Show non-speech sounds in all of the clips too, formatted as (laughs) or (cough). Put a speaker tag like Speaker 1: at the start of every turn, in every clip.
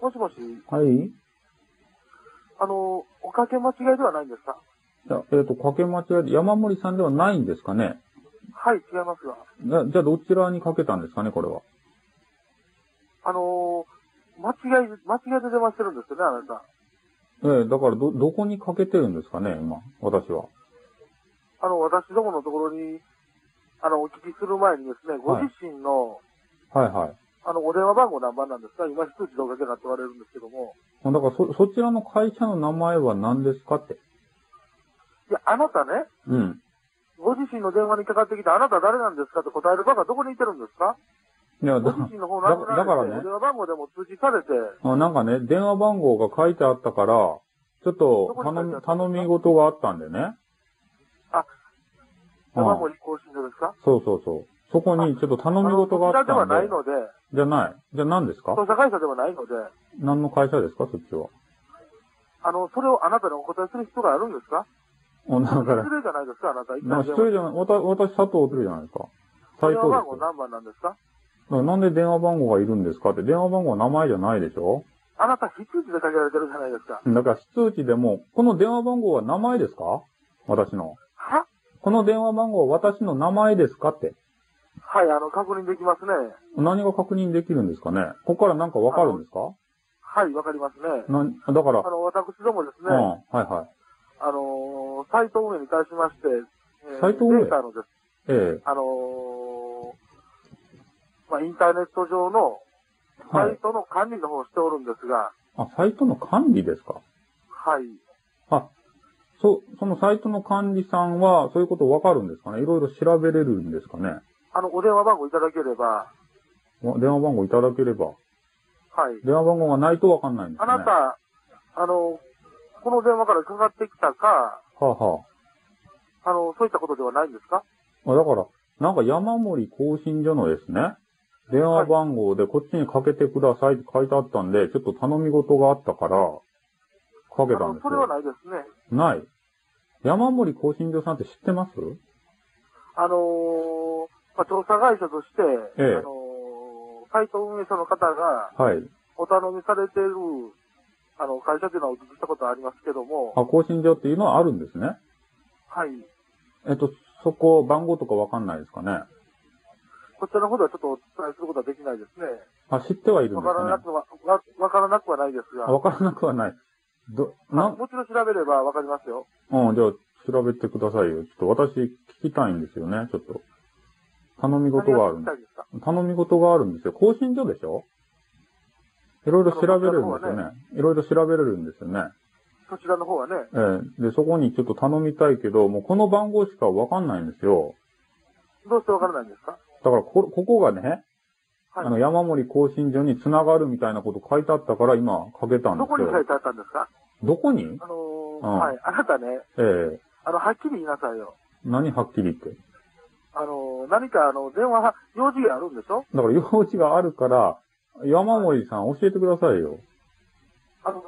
Speaker 1: もしもし、
Speaker 2: はい。い
Speaker 1: あの、おかけ間違いではないんですか
Speaker 2: や、えっ、と、かけ間違いで、山森さんではないんですかね
Speaker 1: はい、違いますが。
Speaker 2: なじゃあ、どちらにかけたんですかね、これは。
Speaker 1: あの間違い、間違いで電話してるんですよね、あなた。
Speaker 2: ええだから、ど、どこにかけてるんですかね、今、私は。
Speaker 1: あの、私どものところに、あの、お聞きする前にですね、ご
Speaker 2: はい
Speaker 1: 自身の、
Speaker 2: はいはい。
Speaker 1: あの、お電話番号何番なんですか今、数字でおかけだって言われるんですけども。
Speaker 2: だから、そ、そちらの会社の名前は何ですかって。
Speaker 1: いや、あなたね、
Speaker 2: うん。
Speaker 1: ご自身の電話にかかってきて、あなた誰なんですかって答える場がどこにいてるんです
Speaker 2: (laughs)
Speaker 1: か
Speaker 2: いや、
Speaker 1: ご
Speaker 2: だ、
Speaker 1: 自身の方なくな
Speaker 2: だから
Speaker 1: れて、
Speaker 2: ね
Speaker 1: お電話番号でも通知されて、
Speaker 2: あなんかね、電話番号が書いてあったから、ちょっ
Speaker 1: ど
Speaker 2: と
Speaker 1: こに書いてあった
Speaker 2: 頼
Speaker 1: んで
Speaker 2: み
Speaker 1: す、か
Speaker 2: 頼み事があったんでね。
Speaker 1: あ、電話番
Speaker 2: あ
Speaker 1: 号更新所ですか
Speaker 2: そうそうそう。そこにちょっと頼
Speaker 1: あ
Speaker 2: み
Speaker 1: の
Speaker 2: 事
Speaker 1: こち
Speaker 2: があ
Speaker 1: ら
Speaker 2: っ
Speaker 1: で
Speaker 2: た
Speaker 1: は
Speaker 2: ん
Speaker 1: ない
Speaker 2: で。
Speaker 1: ので、
Speaker 2: じゃない。じゃあ何ですか
Speaker 1: 捜査会社ではないので、
Speaker 2: 何の会社ですかそっちは。
Speaker 1: あの、それをあなたにお答えする必要があるんですか
Speaker 2: おだ
Speaker 1: 失
Speaker 2: から、
Speaker 1: 礼じゃないですかあなた。一
Speaker 2: まあ、一人じゃない、わた私、佐藤おるじゃないですか。
Speaker 1: 電
Speaker 2: 斉
Speaker 1: 話
Speaker 2: 藤
Speaker 1: 番号
Speaker 2: で
Speaker 1: 何番なんですか
Speaker 2: すよ。なんで電話番号がいるんですかって、電話番号は名前じゃないでしょ
Speaker 1: あなた、非通知でかけられてるじゃないですか。
Speaker 2: だから、非通知でも、この電話番号は名前ですか私の。
Speaker 1: は
Speaker 2: この電話番号は私の名前ですかって。
Speaker 1: はい、あの、確認できますね。
Speaker 2: 何が確認できるんですかねここからなんかわかるんですか
Speaker 1: はい、わかりますね。
Speaker 2: なだから
Speaker 1: あ、の、私どもです
Speaker 2: うん、
Speaker 1: ね、
Speaker 2: はいは
Speaker 1: あのー、サイト運営に対しまして、えー
Speaker 2: サイト運営
Speaker 1: データのです、
Speaker 2: い。え
Speaker 1: あのー、まあ、インターネット上の、
Speaker 2: え
Speaker 1: サ
Speaker 2: はい
Speaker 1: イ。トの管理の方をしておるんですが、
Speaker 2: あ、サイトの管理ですか
Speaker 1: はい。
Speaker 2: あ、そ、そのサイトの管理さんは、そういうことわかるんですかねいろいろ調べれるんですかね
Speaker 1: あの、お電話番号いただければ、
Speaker 2: わ電話番号いただければ。
Speaker 1: はい。
Speaker 2: 電話番号がないとわかんないんです
Speaker 1: あ
Speaker 2: かね
Speaker 1: なた、あの、この電話からかかってきたか、
Speaker 2: はあ、は
Speaker 1: あの、そういったことではないんですか
Speaker 2: あ、あだから、なんか山森更新所のですね、電話番号でこっちにかけてくださいって書いてあったんで、ちょっと頼み事があったから、かけ
Speaker 1: あ
Speaker 2: たん
Speaker 1: の
Speaker 2: です
Speaker 1: それは
Speaker 2: よ。
Speaker 1: ないですね。
Speaker 2: ない。山森更新所さんって知ってます
Speaker 1: あのーまあ、調査会社として、
Speaker 2: ええ
Speaker 1: あのーサイト運営者の方が
Speaker 2: はい。
Speaker 1: お頼みされている、あの、会社というのはお聞きしたことはありますけども、
Speaker 2: あ、更新所っていうのはあるんですね。
Speaker 1: はい。
Speaker 2: えっと、そこ、番号とかわかんないですかね。
Speaker 1: こちらの方ではちょっとお伝えすることはできないですね。
Speaker 2: あ、知ってはいるん
Speaker 1: わ
Speaker 2: で
Speaker 1: から
Speaker 2: すか
Speaker 1: な
Speaker 2: ね
Speaker 1: くは、わわからなくはないですが、
Speaker 2: あ。わからなくはない。ど、
Speaker 1: まあ
Speaker 2: な、
Speaker 1: もちろん調べればわかりますよ。
Speaker 2: うん、じゃあ、調べてくださいよ。ちょっと私、聞きたいんですよね、ちょっと。頼み事がある
Speaker 1: 何
Speaker 2: ん
Speaker 1: 聞きたいですか
Speaker 2: 頼み事があるんですよ。更新所でしょいろいろ調べれるんですよね。いろいろ調べれるんですよね。
Speaker 1: そちらの方はね、
Speaker 2: ええで、そこにちょっと頼みたいけど、もうこの番号しかわかんないんですよ。
Speaker 1: どうしてわからないんですか
Speaker 2: だからこ、ここがね、
Speaker 1: はい
Speaker 2: あの、山森更新所に繋がるみたいなこと書いてあったから、今、かけたん
Speaker 1: ど
Speaker 2: です
Speaker 1: こ
Speaker 2: け
Speaker 1: に
Speaker 2: ど。
Speaker 1: 書いてあったんですか
Speaker 2: どこに
Speaker 1: あのー
Speaker 2: うん
Speaker 1: はい。あなたね、
Speaker 2: ええ
Speaker 1: あの、はっきり言いなさいよ。
Speaker 2: 何はっきり言って。
Speaker 1: あのー何かあの、電話、用事があるんでしょ
Speaker 2: だから、用事があるから、山森さん教えてくださいよ。
Speaker 1: あの、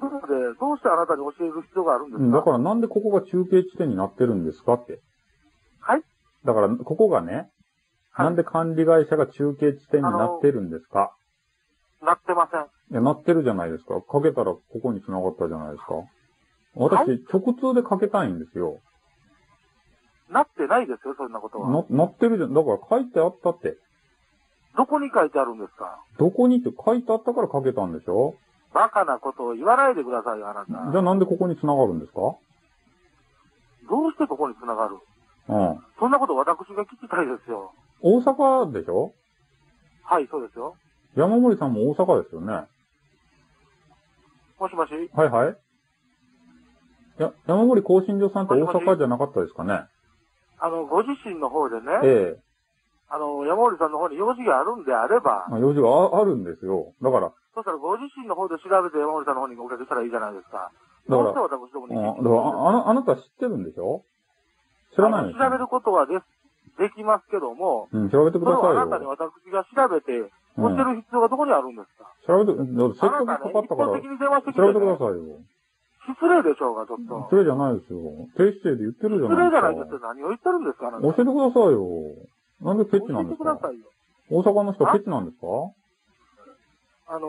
Speaker 1: なので、どうしてあなたに教える必要があるんで
Speaker 2: うん
Speaker 1: す
Speaker 2: だ
Speaker 1: か
Speaker 2: からなんでここが中継地点になってるんですかって。
Speaker 1: はい
Speaker 2: だから、ここがね、
Speaker 1: はい
Speaker 2: なんで管理会社が中継地点になってるんですか
Speaker 1: なってません。
Speaker 2: いや、なってるじゃないですか。かけたらここに繋がったじゃないですか。私、
Speaker 1: は
Speaker 2: 直通でかけたいんですよ。
Speaker 1: なってないですよ、そんなことは。
Speaker 2: な、なってるじゃん。だから書いてあったって。
Speaker 1: どこに書いてあるんですか
Speaker 2: どこにって書いてあったからかけたんでしょ
Speaker 1: バカなことを言わないでくださいよ、あな
Speaker 2: じ
Speaker 1: た。
Speaker 2: ゃあなんでここに繋がるんですか
Speaker 1: どうしてここに繋がる
Speaker 2: うん。
Speaker 1: そんなこと私が聞きたいですよ。
Speaker 2: 大阪でしょ
Speaker 1: はい、そうですよ。
Speaker 2: 山森さんも大阪ですよね。
Speaker 1: もしもし
Speaker 2: はいはい。や、山森更新所さんって大阪じゃなかったですかね
Speaker 1: あの、ご自身の方で
Speaker 2: え
Speaker 1: ね、
Speaker 2: え。
Speaker 1: あの、山森さんの方に用事があるんであれば、
Speaker 2: まあ、用事がああるんですよ。だから、
Speaker 1: そしたらご自身の方で調べて山森さんの方におかけしたらいいじゃないですか。
Speaker 2: だか
Speaker 1: どうして
Speaker 2: ら、
Speaker 1: 私ども
Speaker 2: う
Speaker 1: に
Speaker 2: ん、だ
Speaker 1: 聞いてくれるん
Speaker 2: から
Speaker 1: ですか
Speaker 2: ああの、あなた知ってるんでしょ知らないんです
Speaker 1: あの調べることはですできますけども、
Speaker 2: うん、調べて
Speaker 1: そ
Speaker 2: く
Speaker 1: れ
Speaker 2: ださい
Speaker 1: をあなたに
Speaker 2: よ。
Speaker 1: 私が調べて、教える必要がどこにあるんですか、
Speaker 2: 調べて、だってせっ
Speaker 1: あ
Speaker 2: かく
Speaker 1: なた
Speaker 2: か
Speaker 1: ね、
Speaker 2: かっ
Speaker 1: 一
Speaker 2: たから、
Speaker 1: 方的に電話してきて、
Speaker 2: 調べてくだ
Speaker 1: ね、
Speaker 2: さいよ。
Speaker 1: 失礼でしょうが、ちょっと。
Speaker 2: 失礼じゃないですよ。低姿勢で言ってるじ
Speaker 1: 失
Speaker 2: ゃな
Speaker 1: 礼
Speaker 2: い
Speaker 1: じゃない
Speaker 2: で
Speaker 1: ですす
Speaker 2: か
Speaker 1: よ。何を言ってるんですかあなた
Speaker 2: 教えてくださいよ。なんでケチな
Speaker 1: 教え
Speaker 2: んで
Speaker 1: て
Speaker 2: す
Speaker 1: くださ
Speaker 2: か
Speaker 1: いよ。
Speaker 2: 大阪の人はケチなんですか
Speaker 1: あの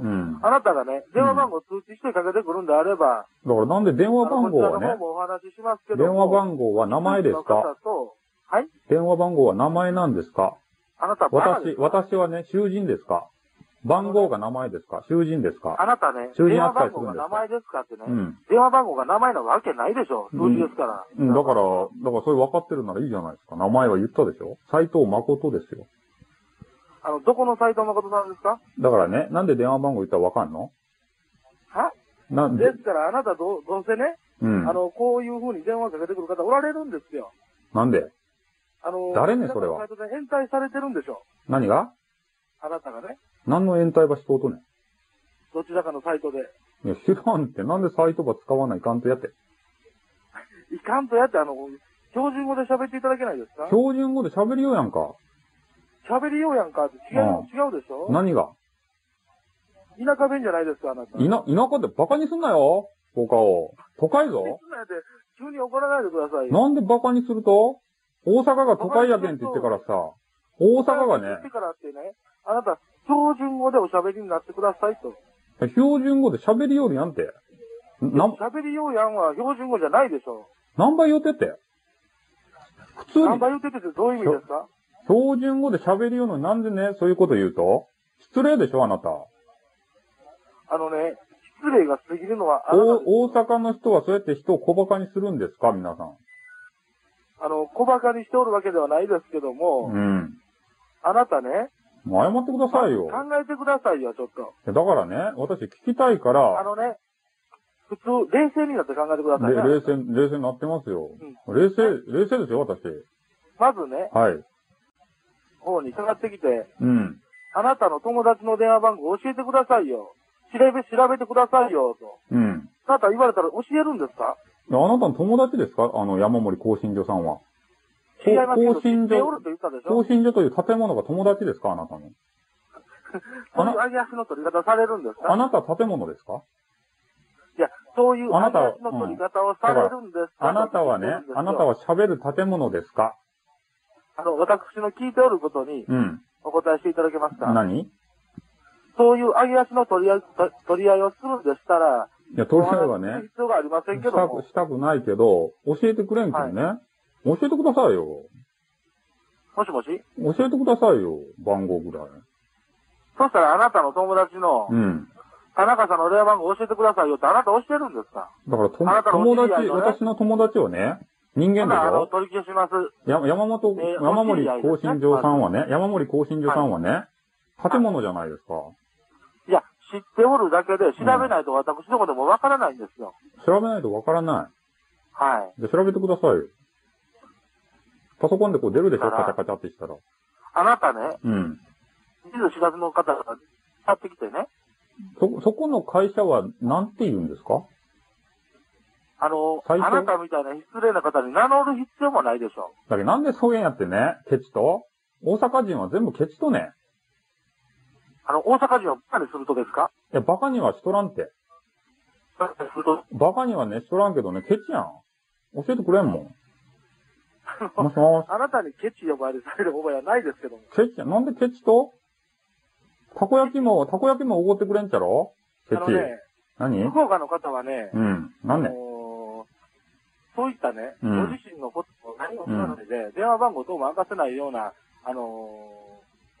Speaker 1: ー
Speaker 2: うん。だか
Speaker 1: あなたがね、電話番号通知してかけてくるんであれば、
Speaker 2: らなんで電話番号
Speaker 1: あのこちらの方
Speaker 2: はね、
Speaker 1: もお話ししますけど
Speaker 2: 電
Speaker 1: も
Speaker 2: 話番号は名前です
Speaker 1: の
Speaker 2: か
Speaker 1: 方とはい
Speaker 2: 電話番号は名前なんですか
Speaker 1: あなたバカで
Speaker 2: 私、
Speaker 1: す
Speaker 2: 私はね、囚人ですか番号が名前ですか囚人です
Speaker 1: あ
Speaker 2: か
Speaker 1: なたね、
Speaker 2: 囚人
Speaker 1: 電話
Speaker 2: 扱い
Speaker 1: 番
Speaker 2: する
Speaker 1: 号
Speaker 2: ん
Speaker 1: が
Speaker 2: ですか
Speaker 1: 名前ですかってね、
Speaker 2: うん。
Speaker 1: 電話番号が名前なわけないでしょ。数字ですから。
Speaker 2: うん、だから、だからそれ分かってるならいいじゃないですか。名前は言ったでしょ斎藤誠ですよ。
Speaker 1: あの、どこの斎藤誠さんですか
Speaker 2: だからね、なんで電話番号言ったら分かんの
Speaker 1: は
Speaker 2: なんで
Speaker 1: で、すから、あなたどう、どうせね、
Speaker 2: うん
Speaker 1: あ。の、こういう風に電話かけてくる方おられるんですよ。
Speaker 2: なんで
Speaker 1: あの、
Speaker 2: 誰ねそれは
Speaker 1: サイトで変態されてるんでしょ。
Speaker 2: 何が
Speaker 1: あなたがね、
Speaker 2: 何の延滞ばしとうとね
Speaker 1: どちらかのサイトで。
Speaker 2: ん。いや、知らんって、なんで斎藤ば使わないかんとやって。
Speaker 1: いかんとやって、あの、標準語で喋っていただけないですか
Speaker 2: 標準語で喋りようやんか。
Speaker 1: 喋りようやんかって違う、違うでしょ
Speaker 2: 何が
Speaker 1: 田舎弁じゃないですか、あなた。
Speaker 2: いな、田舎でバカにすんなよ他を。都会ぞ
Speaker 1: そんなんやって急に怒らないでくださいよ。
Speaker 2: なんでバカにすると大阪が都会やけんって言ってからさ、大阪が
Speaker 1: 言っ
Speaker 2: ね
Speaker 1: て、からってね、あなた、標準語でおしゃべりになってくださいと。
Speaker 2: 標準語で喋りよるやんて。な、
Speaker 1: 喋りようやんは標準語じゃないでしょ。
Speaker 2: 何倍言うてって。普通
Speaker 1: 何
Speaker 2: に
Speaker 1: 倍言っててどういう意味ですか
Speaker 2: 標準語で喋りよるのになんでね、そういうこと言うと失礼でしょあなた。
Speaker 1: あのね、失礼が過ぎるのはあなたです
Speaker 2: お大阪の人はそうやって人を小馬鹿にするんですか皆さん。
Speaker 1: あの、小馬鹿にしておるわけではないですけども、
Speaker 2: うん。
Speaker 1: あなたね、
Speaker 2: もう謝ってくださいよ。
Speaker 1: 考えてくださいよ、ちょっと。
Speaker 2: だからね、私聞きたいか
Speaker 1: あ
Speaker 2: ら、
Speaker 1: のね、普通、冷静になって考えてください
Speaker 2: れ
Speaker 1: ね。
Speaker 2: 冷静、冷静になってますよ。冷静、冷静ですよ、私。
Speaker 1: まずね、
Speaker 2: はい。
Speaker 1: 方に伺ってきて、
Speaker 2: うん。
Speaker 1: あなたの友達の電話番号教えてくださいよ。調べ、調べてくださいよ、と。
Speaker 2: うん。
Speaker 1: あなた言われたら教えるんですか
Speaker 2: あなたの友達ですかあの、山森更新所さんは。
Speaker 1: 違いますよ。
Speaker 2: 更新
Speaker 1: 知っておると
Speaker 2: 所、
Speaker 1: 言ったでしょ
Speaker 2: 更新所という建物が友達ですかあなた
Speaker 1: (laughs)
Speaker 2: の。
Speaker 1: そういう揚げ足の取り方されるんです
Speaker 2: あ
Speaker 1: か
Speaker 2: なた建物ですか
Speaker 1: いや、そういう揚
Speaker 2: あな
Speaker 1: げ
Speaker 2: たは
Speaker 1: 足の取り方をされるんですか
Speaker 2: あなたはね、あなた
Speaker 1: は。
Speaker 2: は喋る建物ですか
Speaker 1: あの、私の聞いておることに
Speaker 2: うん。
Speaker 1: お答えしていただけますか
Speaker 2: 何い
Speaker 1: そういう揚げ足の取り合い、と取り合いをするんでしたら、
Speaker 2: や、とりあえずは
Speaker 1: お話しする
Speaker 2: ね、
Speaker 1: 必要がありません
Speaker 2: し
Speaker 1: け
Speaker 2: た
Speaker 1: ども
Speaker 2: く、、したくないけど、教えてくれんけんね。教えてくださいよ。
Speaker 1: もしもし
Speaker 2: 教えてくださいよ。番号ぐらい。
Speaker 1: そしたらあなたの友達の
Speaker 2: うん。
Speaker 1: 田中さんの電話番号教えてくださいよってあなた教えるんですか
Speaker 2: だからと、
Speaker 1: あなたの
Speaker 2: 友
Speaker 1: お知
Speaker 2: 達、
Speaker 1: り合いのね
Speaker 2: 私の友達をね、人間
Speaker 1: ほ
Speaker 2: で
Speaker 1: な
Speaker 2: し
Speaker 1: あの、
Speaker 2: ょ
Speaker 1: 取り消します。
Speaker 2: や山本、
Speaker 1: えー
Speaker 2: 山
Speaker 1: お知
Speaker 2: 森
Speaker 1: り合いですね
Speaker 2: 更新場さんはね、山森更新場さんはね、建物じゃないですか。
Speaker 1: いや、知っておるだけで調べないと私どもでもわからないんですよ。
Speaker 2: 調べないとわからな
Speaker 1: はい。
Speaker 2: い。じゃ、調べてくださいよ。パソコンでこう出るでしょ
Speaker 1: だか
Speaker 2: カ
Speaker 1: ら
Speaker 2: チャカチャってしたら。
Speaker 1: あなたね、
Speaker 2: うん。
Speaker 1: 見ず知らずの方がやってきてね、
Speaker 2: そ、そこの会社はなんて言うんですか
Speaker 1: あの、あ
Speaker 2: 最初
Speaker 1: なたみたいな失礼な方に名乗る必要もないでしょ。
Speaker 2: だけどなんでそういうんやってね、ケチと大阪人は全部ケチとね。
Speaker 1: あの、大阪人をバカにするとですか
Speaker 2: いや、バカにはしとらんって。
Speaker 1: バカにすると、
Speaker 2: バカにはね、しとらんけどね、ケチやん。教えてくれん
Speaker 1: (laughs)
Speaker 2: もん。もしもし。
Speaker 1: あなたにケチ呼ばれされる覚えはないですけども。
Speaker 2: ケチや、なんでケチとたこ焼きも、たこ焼きもおごってくれんちゃろ
Speaker 1: あ
Speaker 2: ケチ。
Speaker 1: のね、
Speaker 2: 何
Speaker 1: 福岡の方はね、
Speaker 2: うん。
Speaker 1: あ
Speaker 2: 何
Speaker 1: の
Speaker 2: ね
Speaker 1: ーそういったね、
Speaker 2: うん
Speaker 1: ご自身のことを何も知らないで、電話番号等も明かせないような、あのー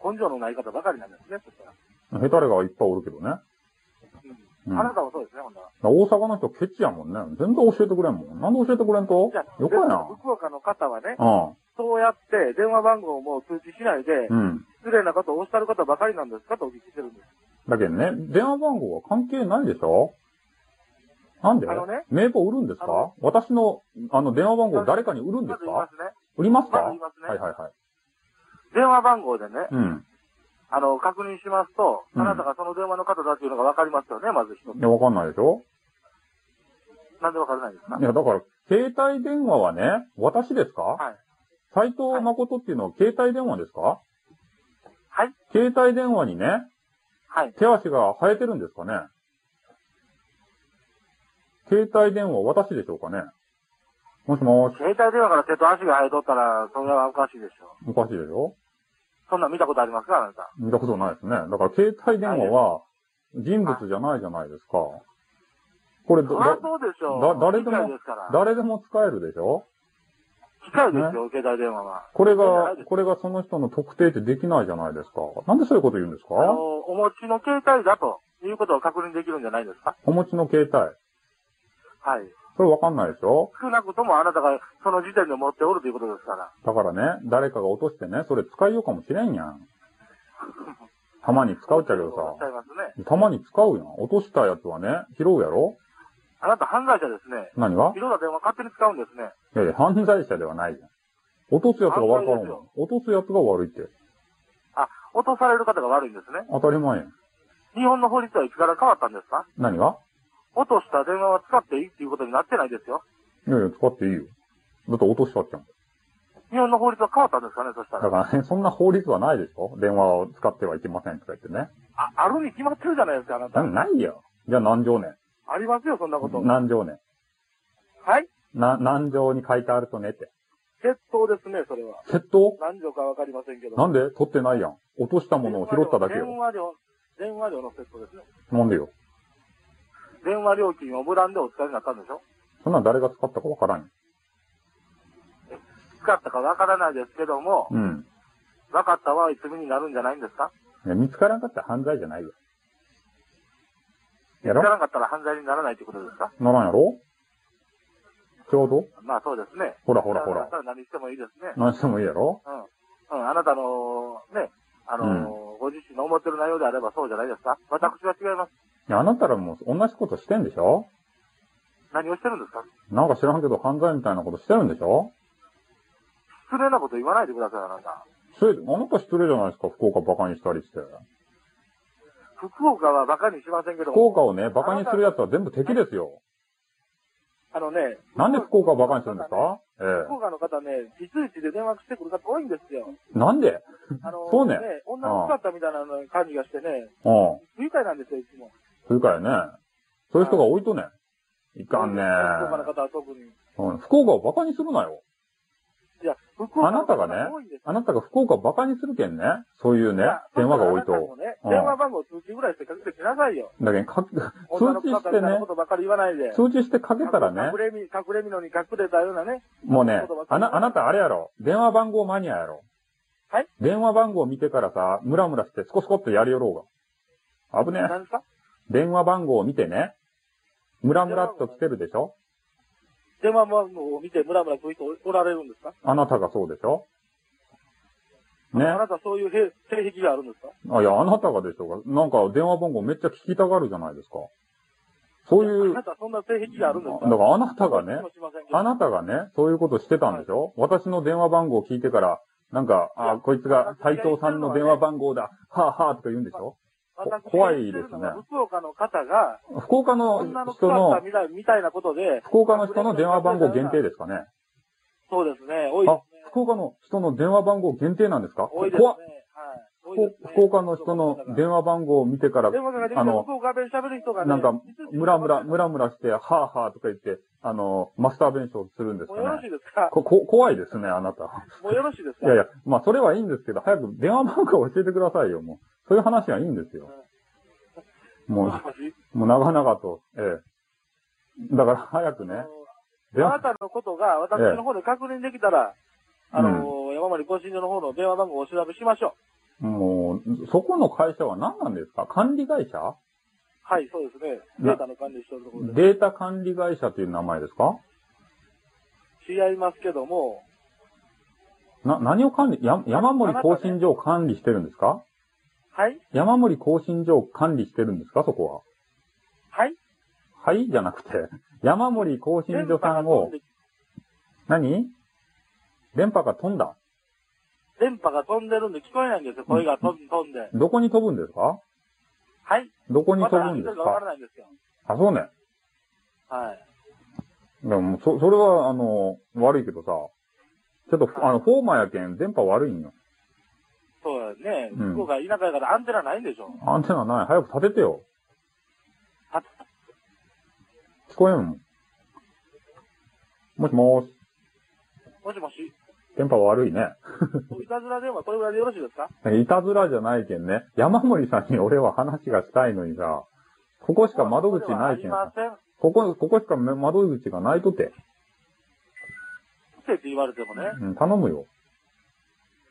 Speaker 1: 根性のない方ばかりなんですね、そしたら。
Speaker 2: ヘタレがいっぱいおるけどね。うん。
Speaker 1: あなたもそうですね、ほんなら。
Speaker 2: 大阪の人ケチやもんね。全然教えてくれんもん。なんで教えてくれんと
Speaker 1: じゃ
Speaker 2: よかやな。
Speaker 1: 福岡の方はね、
Speaker 2: う
Speaker 1: そうやって電話番号も通知しないで、
Speaker 2: ん。うん。
Speaker 1: 失礼なことをおっしゃる方ばかりなんですかとお聞きしてるんです。
Speaker 2: だけどね、電話番号は関係ないでしょなんで
Speaker 1: あのね
Speaker 2: 名簿売るんです
Speaker 1: あ
Speaker 2: か
Speaker 1: の
Speaker 2: 私の、あの、電話番号を誰かに売るんで
Speaker 1: ますず言いま
Speaker 2: か
Speaker 1: すね。
Speaker 2: 売りますか
Speaker 1: まず言
Speaker 2: はい
Speaker 1: ますね。
Speaker 2: いはいはい。
Speaker 1: 電話番号でね、
Speaker 2: うん。
Speaker 1: あの、確認しますと、
Speaker 2: うん
Speaker 1: あなたがその電話の方だというのがわかりますよね、まず一つ
Speaker 2: い。や、わかんないでしょ
Speaker 1: なんでわからないですか
Speaker 2: いや、だから、携帯電話はね、私ですか
Speaker 1: はい。
Speaker 2: 斎藤誠っていうのは携帯電話です
Speaker 1: は
Speaker 2: か、
Speaker 1: い。
Speaker 2: 携帯電話にね、
Speaker 1: はい。
Speaker 2: 手足が生えてるんですかね携帯電話私でしょうかねもしもし、
Speaker 1: 携帯電話から手と足が生えとったら、それはおかしいでしょ
Speaker 2: おかしいでしょ
Speaker 1: そんなん見たことありますかあなた。
Speaker 2: 見たことないですね。だから携帯電話は人物じゃないじゃないですか。これ
Speaker 1: そ
Speaker 2: ど、
Speaker 1: りゃ
Speaker 2: だ
Speaker 1: そうでしょう。
Speaker 2: だ誰
Speaker 1: 機
Speaker 2: でも
Speaker 1: 械ですから。
Speaker 2: 誰でも使えるでしょ
Speaker 1: 機械ですよ、携帯電話は。
Speaker 2: これ
Speaker 1: そうじゃな
Speaker 2: が
Speaker 1: いです、
Speaker 2: これがその人の特定ってできないじゃないですか。なんでそういうこと言うんですか
Speaker 1: あの、お持ちの携帯だということを確認できるんじゃないですか
Speaker 2: お持ちの携帯。
Speaker 1: はい。
Speaker 2: それわかんないでしょ
Speaker 1: 少なくともあなたがその時点で持っておるということですから。
Speaker 2: だからね、誰かが落としてね、それ使いようかもしれんやん。たまに使うっちゃけど
Speaker 1: そうちゃ
Speaker 2: さ。
Speaker 1: いますね。
Speaker 2: たまに使うやん。落としたやつはね、拾うやろ
Speaker 1: あなた犯罪者ですね。
Speaker 2: 何が
Speaker 1: いろんな電話勝手に使うんですね。
Speaker 2: いやいや、犯罪者ではないじゃん。落とすやつが悪かろうもん。落とすやつが悪いって。
Speaker 1: 落とされる方が悪いんですね。
Speaker 2: 当たり前やん。
Speaker 1: 日本の法律はいつから変わったんですか
Speaker 2: 何が
Speaker 1: 落とした電話は使っていいっていうことになってないですよ。
Speaker 2: いやいや、使っていいよ。だって落としたっちゃん。
Speaker 1: 日本の法律は変わったんですかね、そした
Speaker 2: だ
Speaker 1: ら。
Speaker 2: からね、そんな法律はないでしょ電話を使ってはいけませんとか言ってね。
Speaker 1: あ、あるに決まってるじゃないですか、あなた
Speaker 2: な、。ないよ。じゃあ何条ね
Speaker 1: ありますよ、そんなこと。
Speaker 2: 何条ね
Speaker 1: はい
Speaker 2: な、何条に書いてあるとねって。
Speaker 1: 窃盗ですね、それは。
Speaker 2: 窃盗
Speaker 1: 何条かわかりませんけど。
Speaker 2: なんで取ってないやん。落としたものを拾っただけ
Speaker 1: 電
Speaker 2: よ。
Speaker 1: 話料、電話料の窃盗ですね。
Speaker 2: なんでよ。
Speaker 1: 電話料金を無断でお使いになったんでしょ
Speaker 2: そんなん誰が使ったかわからんよ。
Speaker 1: 使ったかわからないですけども、
Speaker 2: うん。
Speaker 1: 分かった場合罪になるんじゃないんですか
Speaker 2: いや見つからんかったら犯罪じゃないよ。や
Speaker 1: 見つ
Speaker 2: ろ
Speaker 1: からなかったら犯罪にならないということですか
Speaker 2: ならんやろちょうど
Speaker 1: まあそうですね。
Speaker 2: ほらほらほ
Speaker 1: だ
Speaker 2: ら
Speaker 1: か。ら何してもいいですね。
Speaker 2: 何してもいいやろ
Speaker 1: うん。うん、あなたの、ね、あのーご自身の思ってる内容であればそうじゃないですか私は違います。
Speaker 2: いや、あなたらもう同じことしてんでしょ
Speaker 1: 何をしてるんですか
Speaker 2: なんか知らんけど犯罪みたいなことしてるんでしょ
Speaker 1: 失礼なこと言わないでください、あなた。
Speaker 2: 失礼、あなた失礼じゃないですか福岡バカにしたりして。
Speaker 1: 福岡は馬鹿にしませんけど
Speaker 2: 福
Speaker 1: も、
Speaker 2: 岡をね、バカにする奴は全部敵ですよ。
Speaker 1: あのね、
Speaker 2: なんで福岡をバカにするんですかえ
Speaker 1: 福岡の方ね、実一で電話してくる方多いんですよ。
Speaker 2: え。なんで
Speaker 1: あのー
Speaker 2: そうね
Speaker 1: 女の使ったみたいな感じがしてね、
Speaker 2: うん。
Speaker 1: 不愉快なんですよ、いつも。
Speaker 2: それからね、そういう人が多いとね、いかんね
Speaker 1: 福岡の方は特に。
Speaker 2: うん福岡をバカにするなよ。
Speaker 1: いや、福岡の方
Speaker 2: あなたがね
Speaker 1: 多いんですよ
Speaker 2: あなたが福岡をバカにするけんね、そういうね、電話が多いと
Speaker 1: あなた。もね
Speaker 2: うん
Speaker 1: 電話番号通知ぐらいしてかけてきなさいよ。
Speaker 2: だけど、か (laughs)
Speaker 1: 女の
Speaker 2: 通
Speaker 1: 子方
Speaker 2: 知
Speaker 1: み
Speaker 2: し
Speaker 1: た
Speaker 2: て
Speaker 1: いな
Speaker 2: ね
Speaker 1: こ、とばっかり言わないで。
Speaker 2: 通知してかけたらね
Speaker 1: 隠、れみ、隠れみのに隠れたようなね。
Speaker 2: もうね、あな、あなたあれやろ、電話番号マニアやろ。
Speaker 1: はい
Speaker 2: 電話番号見てからさ、ムラムラしてスコスコってやりよろうが。危ねえ。
Speaker 1: 何ですか
Speaker 2: 電話番号を見てね、ムラムラっと来てるでしょ
Speaker 1: 電話番号を見てムラムラ来る人おられるんですか
Speaker 2: あなたがそうでしょね
Speaker 1: あなたそういうへ性癖があるんですか
Speaker 2: あ、いや、あなたがでしょうか。なんか電話番号めっちゃ聞きたがるじゃないですか。そうい
Speaker 1: あ
Speaker 2: う、
Speaker 1: な
Speaker 2: だ
Speaker 1: たそんな性癖があるんですか
Speaker 2: からあなたがね
Speaker 1: も、しませんけど
Speaker 2: あなたがね、そういうことしてたんでしょ、私の電話番号を聞いてから、なんか、
Speaker 1: いや
Speaker 2: あ、こいつが斎藤さんの電話番号だ、はぁはぁとか言うんでしょ
Speaker 1: 私が
Speaker 2: 怖
Speaker 1: 言
Speaker 2: い
Speaker 1: ってるのは
Speaker 2: ですね
Speaker 1: 福岡の方が、
Speaker 2: 福岡の
Speaker 1: 女の使
Speaker 2: 人
Speaker 1: っ
Speaker 2: の
Speaker 1: た、みたいみたいなことで、
Speaker 2: 福岡の人の電話番号限定ですかね
Speaker 1: そうですね、多いで
Speaker 2: あ
Speaker 1: すね、。
Speaker 2: 福岡の人の電話番号限定なんですか
Speaker 1: 多いですね。
Speaker 2: 怖
Speaker 1: はい。
Speaker 2: っ
Speaker 1: 多いですね
Speaker 2: 福岡の人の電話番号を見てから、
Speaker 1: 電話が出て
Speaker 2: あの
Speaker 1: 福岡弁喋る人がね、
Speaker 2: なんか
Speaker 1: 実は、
Speaker 2: ムラムラ、ムラムラして、はぁはぁとか言って、あの、マスター弁償するんです
Speaker 1: も
Speaker 2: か
Speaker 1: うよろ
Speaker 2: ね
Speaker 1: しいですか
Speaker 2: こ、こ、怖いですね、あなた。
Speaker 1: もうよろしいです
Speaker 2: い
Speaker 1: か
Speaker 2: やいや、まあ、それはいいんですけど、早く電話番号教えてくださいよ、もう。そういう話はいいんですよ。
Speaker 1: も
Speaker 2: も
Speaker 1: しもし
Speaker 2: う、もう長々と、ええ。だから、早くね、電
Speaker 1: あな
Speaker 2: 話、
Speaker 1: たのことが私の方で確認できたら、
Speaker 2: え
Speaker 1: あの、山森更新所の方の電話番号をお調べしましょう。
Speaker 2: もう、そこの会社は何なんですか管理会社
Speaker 1: はい、そうですね。データの管理してるところで。
Speaker 2: データ管理会社という名前ですか
Speaker 1: 違いますけども、
Speaker 2: な、何を管理、や、山森更新所を管理してるんですか
Speaker 1: はい
Speaker 2: 山森更新所を管理してるんですかそこは。
Speaker 1: はい
Speaker 2: はいじゃなくて、山森更新所さんを、何電波が飛んだ。
Speaker 1: 電波が飛んでるんで聞こえないんですよ。声が飛ん飛んで。
Speaker 2: どこに飛ぶんですか
Speaker 1: はい。
Speaker 2: どこに
Speaker 1: ま
Speaker 2: 飛
Speaker 1: た
Speaker 2: ぶ
Speaker 1: 何
Speaker 2: ん
Speaker 1: 言って
Speaker 2: です
Speaker 1: るかわか
Speaker 2: から
Speaker 1: ないんですよ。
Speaker 2: あ、そうね。
Speaker 1: はい。
Speaker 2: でも、そ、それは、あの、悪いけどさ、ちょっと、あの、フォーマーやけん、電波悪いんよ。
Speaker 1: そうだね。
Speaker 2: うん
Speaker 1: 福岡田舎やからアンテナないんでしょ。
Speaker 2: アンテナない。早く立ててよ。
Speaker 1: 立
Speaker 2: 聞こえんもん。もしもーし。
Speaker 1: もしもし。
Speaker 2: 電波悪いね。
Speaker 1: いたずら電話、それぐらいでよろしいですか
Speaker 2: いたずらじゃないけんね。山森さんに俺は話がしたいのにさ、ここしか窓口ないけん
Speaker 1: ありま
Speaker 2: さ。
Speaker 1: せん。
Speaker 2: ここ、ここしか窓口がないとて。
Speaker 1: ってって言われてもね、
Speaker 2: うん、頼むよ。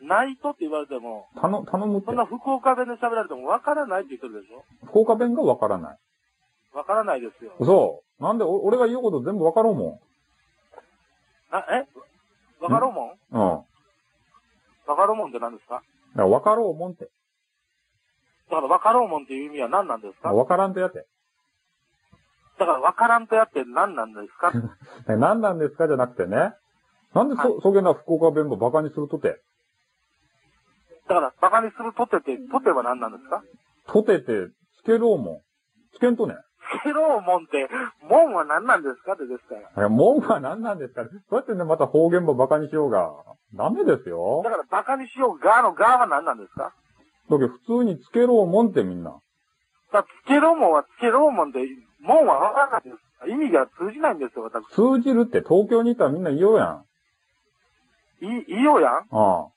Speaker 1: ないとって言われても、
Speaker 2: 頼、頼むって
Speaker 1: そん。な福岡弁で喋られてもわからないって言ってるでしょ
Speaker 2: 福岡弁がわからない。
Speaker 1: わからないですよ。
Speaker 2: そう。なんでお俺が言うこと全部わかろうも
Speaker 1: あ、えわかろうもん
Speaker 2: ん。うん。だか
Speaker 1: わかろうもんって何ですから
Speaker 2: わかろうもんって。
Speaker 1: だからわかろうもんっていう意味は何なんですか
Speaker 2: わからんとやって。
Speaker 1: だからわからんとやって何なんですか
Speaker 2: ね何なんですかじゃなくてね。なんで
Speaker 1: は
Speaker 2: そ、そげな福岡弁ばバカにするとて。
Speaker 1: だからバカにするとてって、とては何なんですか
Speaker 2: とてて、つけろうもん。つけんとね。
Speaker 1: つけろうもんって、もんは何なんですかってですから。
Speaker 2: いや、もんは何なんですかね。そうやってね、また方言ばバカにしようが。ダメですよ
Speaker 1: だ。からバカにしよう側の側は何なんですか
Speaker 2: だけど普通につけろうもんってみんな。
Speaker 1: だからつけろうもんはつけろうもんで、もんはわからないです。意味が通じないんですよ、私。
Speaker 2: 通じるって東京にいたらみんな言おうやん。あ
Speaker 1: い、いようやん
Speaker 2: あ。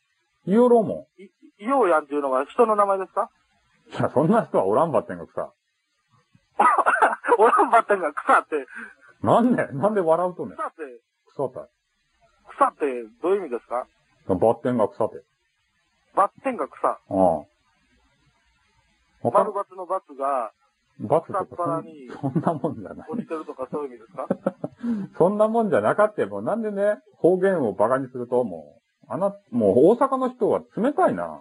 Speaker 2: 言おろうも
Speaker 1: い、いようやんっていうのは人の名前ですか (laughs)
Speaker 2: ん。いや、そんな人はおらんばってんがさ。
Speaker 1: おらんばったんが草って、
Speaker 2: なんで、なんで笑うとね。
Speaker 1: 草って、
Speaker 2: 腐った
Speaker 1: 草ってどういう意味ですか
Speaker 2: い。バッテンが腐って。
Speaker 1: バッテンが草。
Speaker 2: ああ。わか
Speaker 1: 丸
Speaker 2: る
Speaker 1: 抜のバツが
Speaker 2: バツ
Speaker 1: 草っ
Speaker 2: と
Speaker 1: 腹
Speaker 2: か
Speaker 1: に
Speaker 2: そん、そんなもんじゃない。
Speaker 1: 落ちてるとかそういう意味ですか
Speaker 2: そんなもんじゃなかったよ。もうなんでね、方言をバカにすると、もう、あな、もう大阪の人は冷たいな。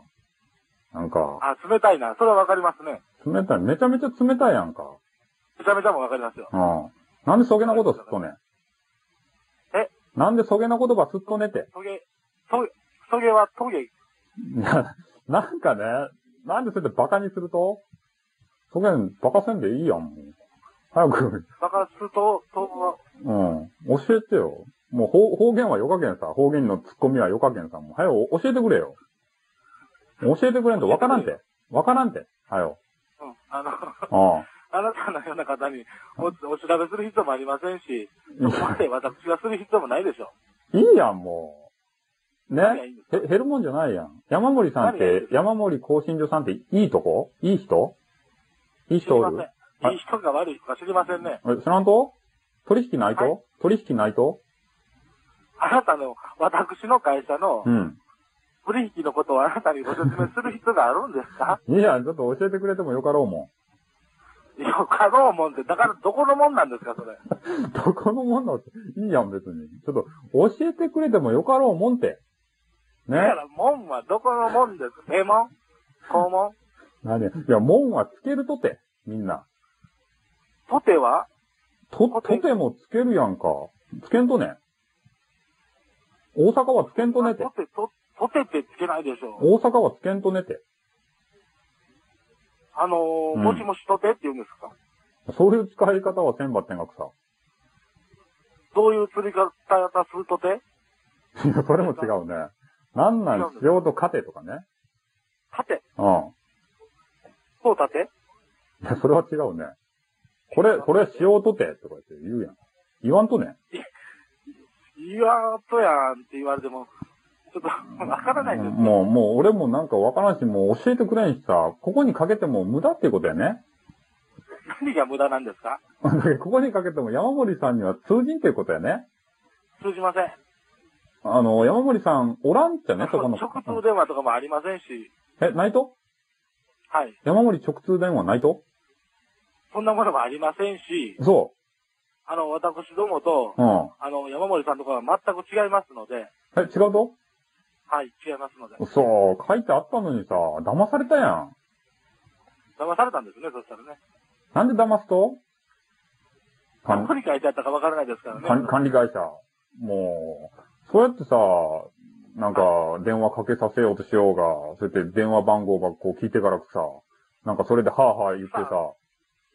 Speaker 2: なんか、
Speaker 1: あ、冷たいな。それはわかりますね。
Speaker 2: 冷たい。めちゃめちゃ冷たいやんか。
Speaker 1: めちゃめちゃもわかりますよ。
Speaker 2: うん。なんでそげなことすっとね。
Speaker 1: え
Speaker 2: なんでそげな言葉すっとねて。
Speaker 1: トゲ、トゲ、トゲはトゲ、
Speaker 2: ななんかね、なんでそれでバカにするとそげん、バカせんでいいやん、もう。早く、
Speaker 1: バカすと、とは、
Speaker 2: うん。教えてよ。もう方方言はよかけんさ。方言のツッコミはよかけんさ。もう、はよ、教えてくれよ。教えてくれんとわからんて。わからんて。はよ。
Speaker 1: うん、あの、
Speaker 2: あ
Speaker 1: あなたのような方におお調べする必要もありませんし、そこま
Speaker 2: あ。
Speaker 1: で私がする必要もないでしょ。
Speaker 2: いいやん、もう。ね
Speaker 1: 何がいいんです
Speaker 2: へ、減るもんじゃないやん。山森さんっ
Speaker 1: 何がいい
Speaker 2: て
Speaker 1: で、す
Speaker 2: 山森更新所さんっていいとこいい人いい
Speaker 1: 知り
Speaker 2: 人お
Speaker 1: ま
Speaker 2: る
Speaker 1: せん。いい人か悪い人か知りませんね。
Speaker 2: え、知らんと取引ないと、
Speaker 1: はい
Speaker 2: 取引ないと
Speaker 1: あなたの、私の会社の
Speaker 2: うん。
Speaker 1: 取引のことをあなたにご説明する必要があるんですか
Speaker 2: いいやん、ちょっと教えてくれてもよかろうも
Speaker 1: よかろうもんって、だからどこのもんなんですか、それ。
Speaker 2: ん。 (laughs) どこのもんだって、いいやん、別に。ちょっと、教えてくれてもよかろうもんって。ね
Speaker 1: だから、門はどこの門です正門肛門
Speaker 2: 何いや、もんはつけるとて、みんな。
Speaker 1: とては
Speaker 2: と、
Speaker 1: と
Speaker 2: と
Speaker 1: て
Speaker 2: てもつけるやんか。つけんとね。大阪はつけんとねて
Speaker 1: と。て、と、とてってつけないでしょう。
Speaker 2: 大阪はつけんとねて。
Speaker 1: あのー、
Speaker 2: うん
Speaker 1: もしもしとてって言うんですか
Speaker 2: そういう使い方は千葉天学さ。
Speaker 1: どういう釣り方やったらするとて
Speaker 2: (laughs) いや、それも違うね。なんなん、必要と勝てとかね。
Speaker 1: 立て
Speaker 2: うん。
Speaker 1: そう立て
Speaker 2: いや、それは違うね。これ、これはしようとて、とか言って言うやん。言わんとね。
Speaker 1: いやーっとやんって言われても、ちょっとわからないんですよ。
Speaker 2: もう、もう、俺もなんかわからんし、もう教えてくれんしさ、ここにかけても無駄っていうことやね。 (laughs)
Speaker 1: 何が無駄なんですか
Speaker 2: ここにかけても山森さんには通じんっていうことやね。
Speaker 1: 通じません。
Speaker 2: あの、山森さん、おらんっちゃね、そこの。
Speaker 1: 直通電話とかもありませんし、
Speaker 2: え、ないと
Speaker 1: はい。
Speaker 2: 山森直通電話ないと
Speaker 1: そんなものもありませんし、
Speaker 2: そ
Speaker 1: あの、私どもと、
Speaker 2: う。うん。
Speaker 1: あの、山森さんとかは全く違いますので、
Speaker 2: え、違うと
Speaker 1: はい、違いますので。
Speaker 2: そう、書いてあったのにさ、騙されたやん。
Speaker 1: 騙されたんですね、そしたらね。
Speaker 2: なんで騙すと
Speaker 1: どこに書いてあったかわからないですからね。
Speaker 2: 管管理会社。もう、そうやってさ、なんか、電話かけさせようとしようが、そうやって電話番号ばっこう聞いてからさ、なんかそれではぁはぁ言ってさ、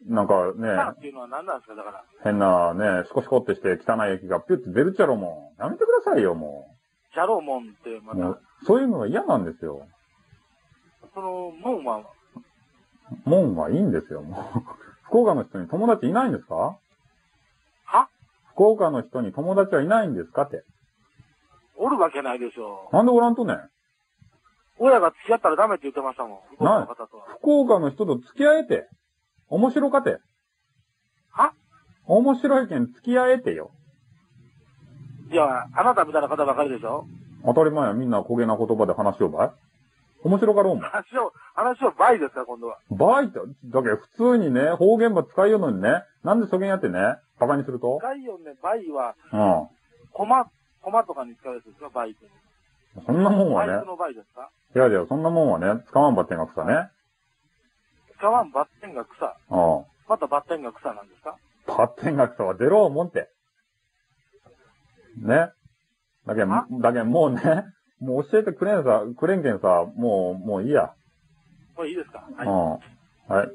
Speaker 2: なん
Speaker 1: さあ
Speaker 2: か
Speaker 1: っていうのは何なんですか、だから。
Speaker 2: ね、変なね、シコシコってして汚い液がピュって出るっちゃろもう。やめてくださいよ、も
Speaker 1: じゃろうもんって、ま
Speaker 2: う。も
Speaker 1: た
Speaker 2: う、、そういうのが嫌なんですよ。
Speaker 1: その、もんは、
Speaker 2: 門はいいんですよ、もう。 (laughs) 福岡の人に友達いないんですか
Speaker 1: は
Speaker 2: 福岡の人に友達はいないんですかって。
Speaker 1: おるわけないでしょ。
Speaker 2: なんでおらんとねん
Speaker 1: 親が付き合ったらダメって言ってましたもん。福岡の方とは。
Speaker 2: 福岡の人と付き合えて。面白かて。
Speaker 1: は
Speaker 2: 面白いけん付き合えてよ。
Speaker 1: いや、あなたみたいな方ばかりでしょ
Speaker 2: 当たり前や、みんな焦げな言葉で話しようばい。面白かろうもん。
Speaker 1: 話を、話を倍ですか、今度は。
Speaker 2: バイって、だけど普通にね、方言ば使いようのにね、なんでそげんやってね、バカにすると
Speaker 1: 概要ね、倍は、
Speaker 2: うん。
Speaker 1: コマ、コマとかに使うやつですか、倍って。
Speaker 2: そんなもんは
Speaker 1: 倍
Speaker 2: ね、
Speaker 1: 率の倍ですか
Speaker 2: いやいや、そんなもんはね、使わんばってんが草ね。
Speaker 1: 使わんバッテンが草。
Speaker 2: うん。
Speaker 1: またバッテンが草なんですか
Speaker 2: パッテンが草は出ろうもんて。ね。だけ
Speaker 1: あ
Speaker 2: ん、だけんもうね、もう教えてくれんさ、くれんけんさ、もう、もういいや。
Speaker 1: これいいですかは
Speaker 2: う
Speaker 1: い
Speaker 2: ん。はい。